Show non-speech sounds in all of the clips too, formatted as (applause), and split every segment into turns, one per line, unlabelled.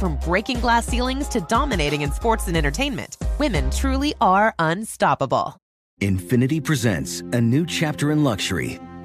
From breaking glass ceilings to dominating in sports and entertainment, women truly are unstoppable.
Infinity presents a new chapter in luxury,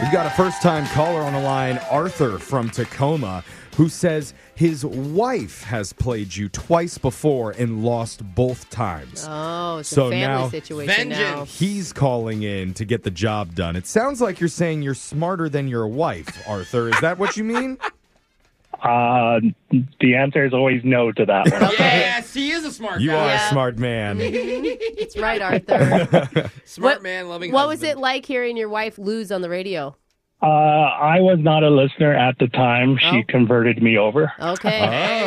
We've got a first time caller on the line, Arthur from Tacoma, who says his wife has played you twice before and lost both times.
Oh, it's
a So
a family
family now-
situation now.
He's calling in to get the job done. It sounds like you're saying you're smarter than your wife, Arthur. Is that what you mean?
Uh, the answer is always no to that one.
Yes, he is a (laughs) smart
You
guy.
are
Yeah.
a smart man.
(laughs)
It's right, Arthur.
Smart
What-
man, loving
what was
husband.
it like hearing your wife lose on the radio?
Uh, I was not a listener at the time.
Oh.
She converted me over.
Okay.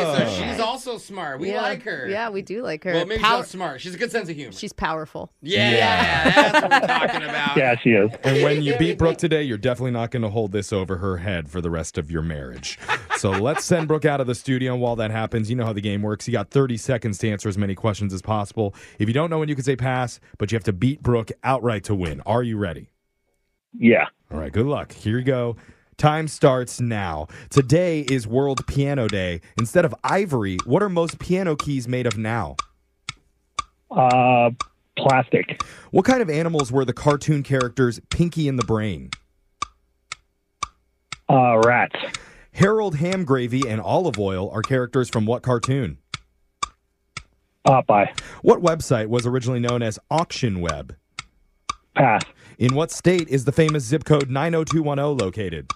(laughs) Hey, so
Oh.
she's also smart. We
yeah.
like her.
Yeah, we do like her.
Well, maybe she's
Power-
not smart. She's a good sense of humor.
she's powerful.
yeah,
Yeah.
that's what we're talking about.
Yeah, she is.
And when you beat Brooke today, you're definitely not going to hold this over her head for the rest of your marriage. So let's send Brooke out of the studio. And while that happens, you know how the game works. You got 30 seconds to answer as many questions as possible. If you don't know when you can say pass, but you have to beat Brooke outright to win. Are you ready?
Yeah.
All right, good luck. Here you go. Time starts now. Today is World Piano Day. Instead of ivory, what are most piano keys made of now?
Uh, plastic.
What kind of animals were the cartoon characters Pinky and the Brain?
Uh, rats.
Harold Hamgravy and Olive Oil are characters from what cartoon?
Popeye.
What website was originally known as Auction Web?
Pass.
In what state is the famous zip code 90210 located?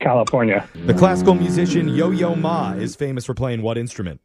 California.
The classical musician Yo Yo Ma is famous for playing what instrument?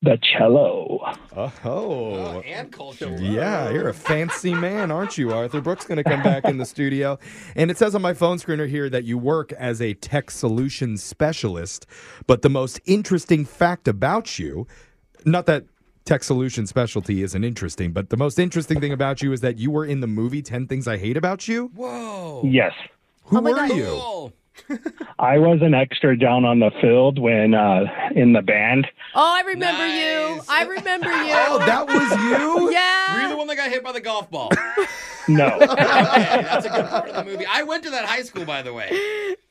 The cello.
Oh.
And culture.
Yeah, you're a fancy man, aren't you, Arthur? Brooks going to come back in the studio. And it says on my phone screener here that you work as a tech solutions specialist. But the most interesting fact about you, not that tech solution specialty isn't interesting, but the most interesting thing about you is that you were in the movie 10 Things I Hate About You.
Whoa.
Yes.
Who
Oh my
were
God.
you?
Cool.
I was an extra down on the field when uh, in the band.
Oh, I remember you.
Nice. (laughs)
I remember you.
Oh, that was
(laughs)
you?
Were you
yeah.
the one that got hit by the golf ball?
No.
Okay, that's a good part of the movie. I went to that high school, by the way.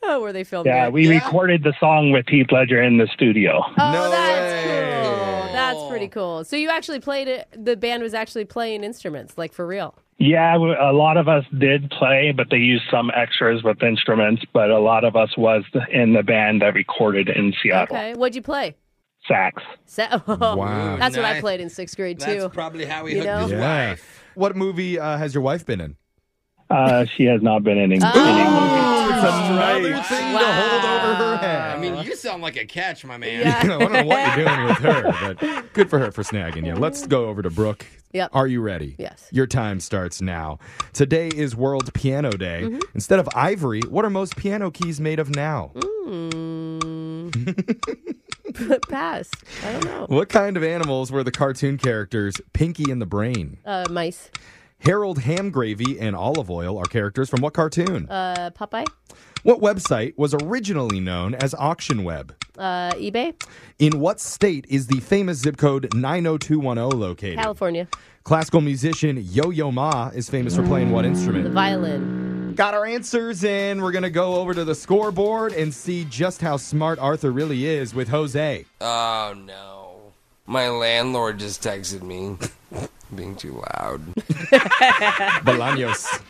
Oh, where they filmed
Yeah,
it.
we recorded the song with Heath Ledger in the studio.
Oh,
No
that's
way.
cool. That's pretty cool. So you actually played it. The band was actually playing instruments, like for real.
Yeah, w- a lot of us did play, but they used some extras with instruments. But a lot of us was in the band that recorded in Seattle.
Okay. What'd you play?
Sax.
(laughs) Sa-
Wow.
That's what I
Nice.
played in sixth grade
That's
too.
probably how he
You
hooked
know?
his
Yeah.
wife.
What movie uh, has your wife been in?
Uh, she has not been in any, any movies.
It's another
Right.
thing to
Wow.
hold over her head.
Oh, I mean, you sound like a catch, my man.
(laughs) I don't know what you're doing with her, but good for her for snagging you. Let's go over to Brooke.
Yep.
Are you ready?
Yes.
Your time starts now. Today is World Piano Day.
Mm-hmm.
Instead of ivory, what are most piano keys made of now?
Mm. (laughs) Pass. I don't know.
What kind of animals were the cartoon characters Pinky and the Brain?
Uh, mice.
Harold Ham Gravy and Olive Oil are characters from what cartoon?
Uh, Popeye.
what website was originally known as Auction Web?
Uh, eBay.
In what state is the famous zip code 90210 located?
California.
Classical musician Yo Yo Ma is famous for playing what
The
instrument?
violin.
Got our answers in. We're going to go over to the scoreboard and see just how smart Arthur really is with Jose.
Oh no. My landlord just texted me. (laughs) Being too loud.
Bolaños.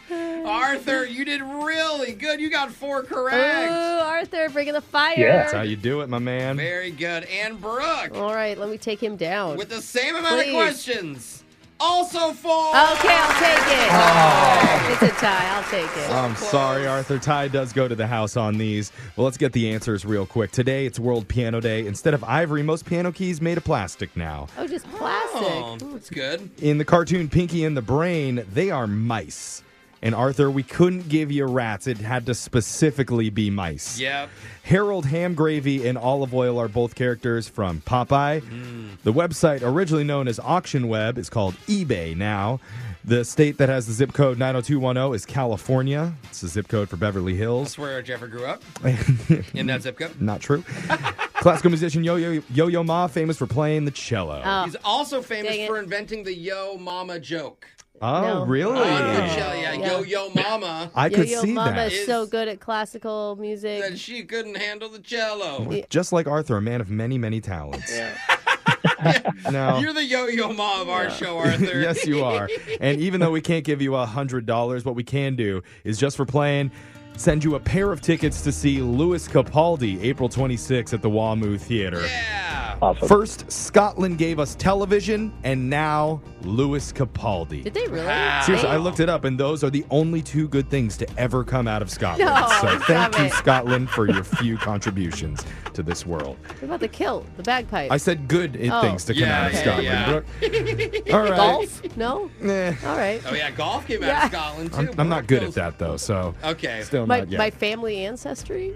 Arthur, you did really good. You got four
Ooh,
correct.
Arthur, bringing the fire.
Yeah.
That's (laughs) how you do it, my man.
Very good. And Brooke
All right, let me take him down.
with the same amount
Please.
of questions. Also four.
Okay, I'll take it.
Oh.
It's a tie. I'll take it.
I'm sorry, Arthur. Ty does go to the house on these. Well, let's get the answers real quick. Today, it's World Piano Day. Instead of ivory, most piano keys made of plastic now.
Oh, just plastic.
Oh, that's good.
In the cartoon Pinky and the Brain, they are mice. And Arthur, we couldn't give you rats. It had to specifically be mice.
Yep.
Harold Ham Gravy and Olive Oil are both characters from Popeye.
Hmm.
The website, originally known as Auction Web, is called eBay now. The state that has the zip code 90210 is California. It's the zip code for Beverly Hills.
That's where Jeffrey grew up. In that zip code. (laughs)
Not true. Classical musician Yo Yo Yo Yo Ma, famous for playing the cello.
Uh,
Oh,
He's also famous
Dang it.
for inventing the yo mama joke.
No.
really?
Oh, yeah, yo yo mama.
I could
Yo-Yo
see
Mama
that.
is so good at classical music.
That she couldn't handle the cello.
Just like Arthur, a man of many, many talents. (laughs) no.
You're the yo yo ma of our show, Arthur.
yes, you are. And even though we can't give you a hundred dollars, what we can do is just for playing, send you a pair of tickets to see Louis Capaldi April 26th at the Wamu Theater.
Yeah.
Awesome.
First, Scotland gave us television, and now Louis Capaldi.
Did they really?
Seriously, I looked it up, and those are the only two good things to ever come out of Scotland.
No,
so thank
stop
you,
it.
Scotland, for your few contributions to this world.
What about the kilt, the bagpipe?
I said good i-
Oh.
things to come
Yeah,
out of
yeah,
Scotland.
yeah. (laughs)
Brooke. All right.
Golf? No?
Eh,
All right.
Oh yeah, golf came out
Yeah.
of Scotland too.
I'm, I'm not good at
Bills-
that though, so
Okay.
still
My,
not yet.
my family ancestry?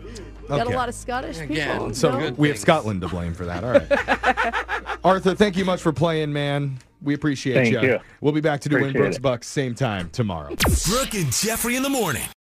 Got
Okay.
a lot of Scottish people.
Again,
so
no?
good.
we have
things.
Scotland to blame for that. All right.
(laughs)
Arthur, thank you much for playing, man. We appreciate
Thank
ya.
you.
We'll be back to doing
Appreciate
Brooks
it.
Bucks same time tomorrow.
Brooke and Jeffrey in the morning.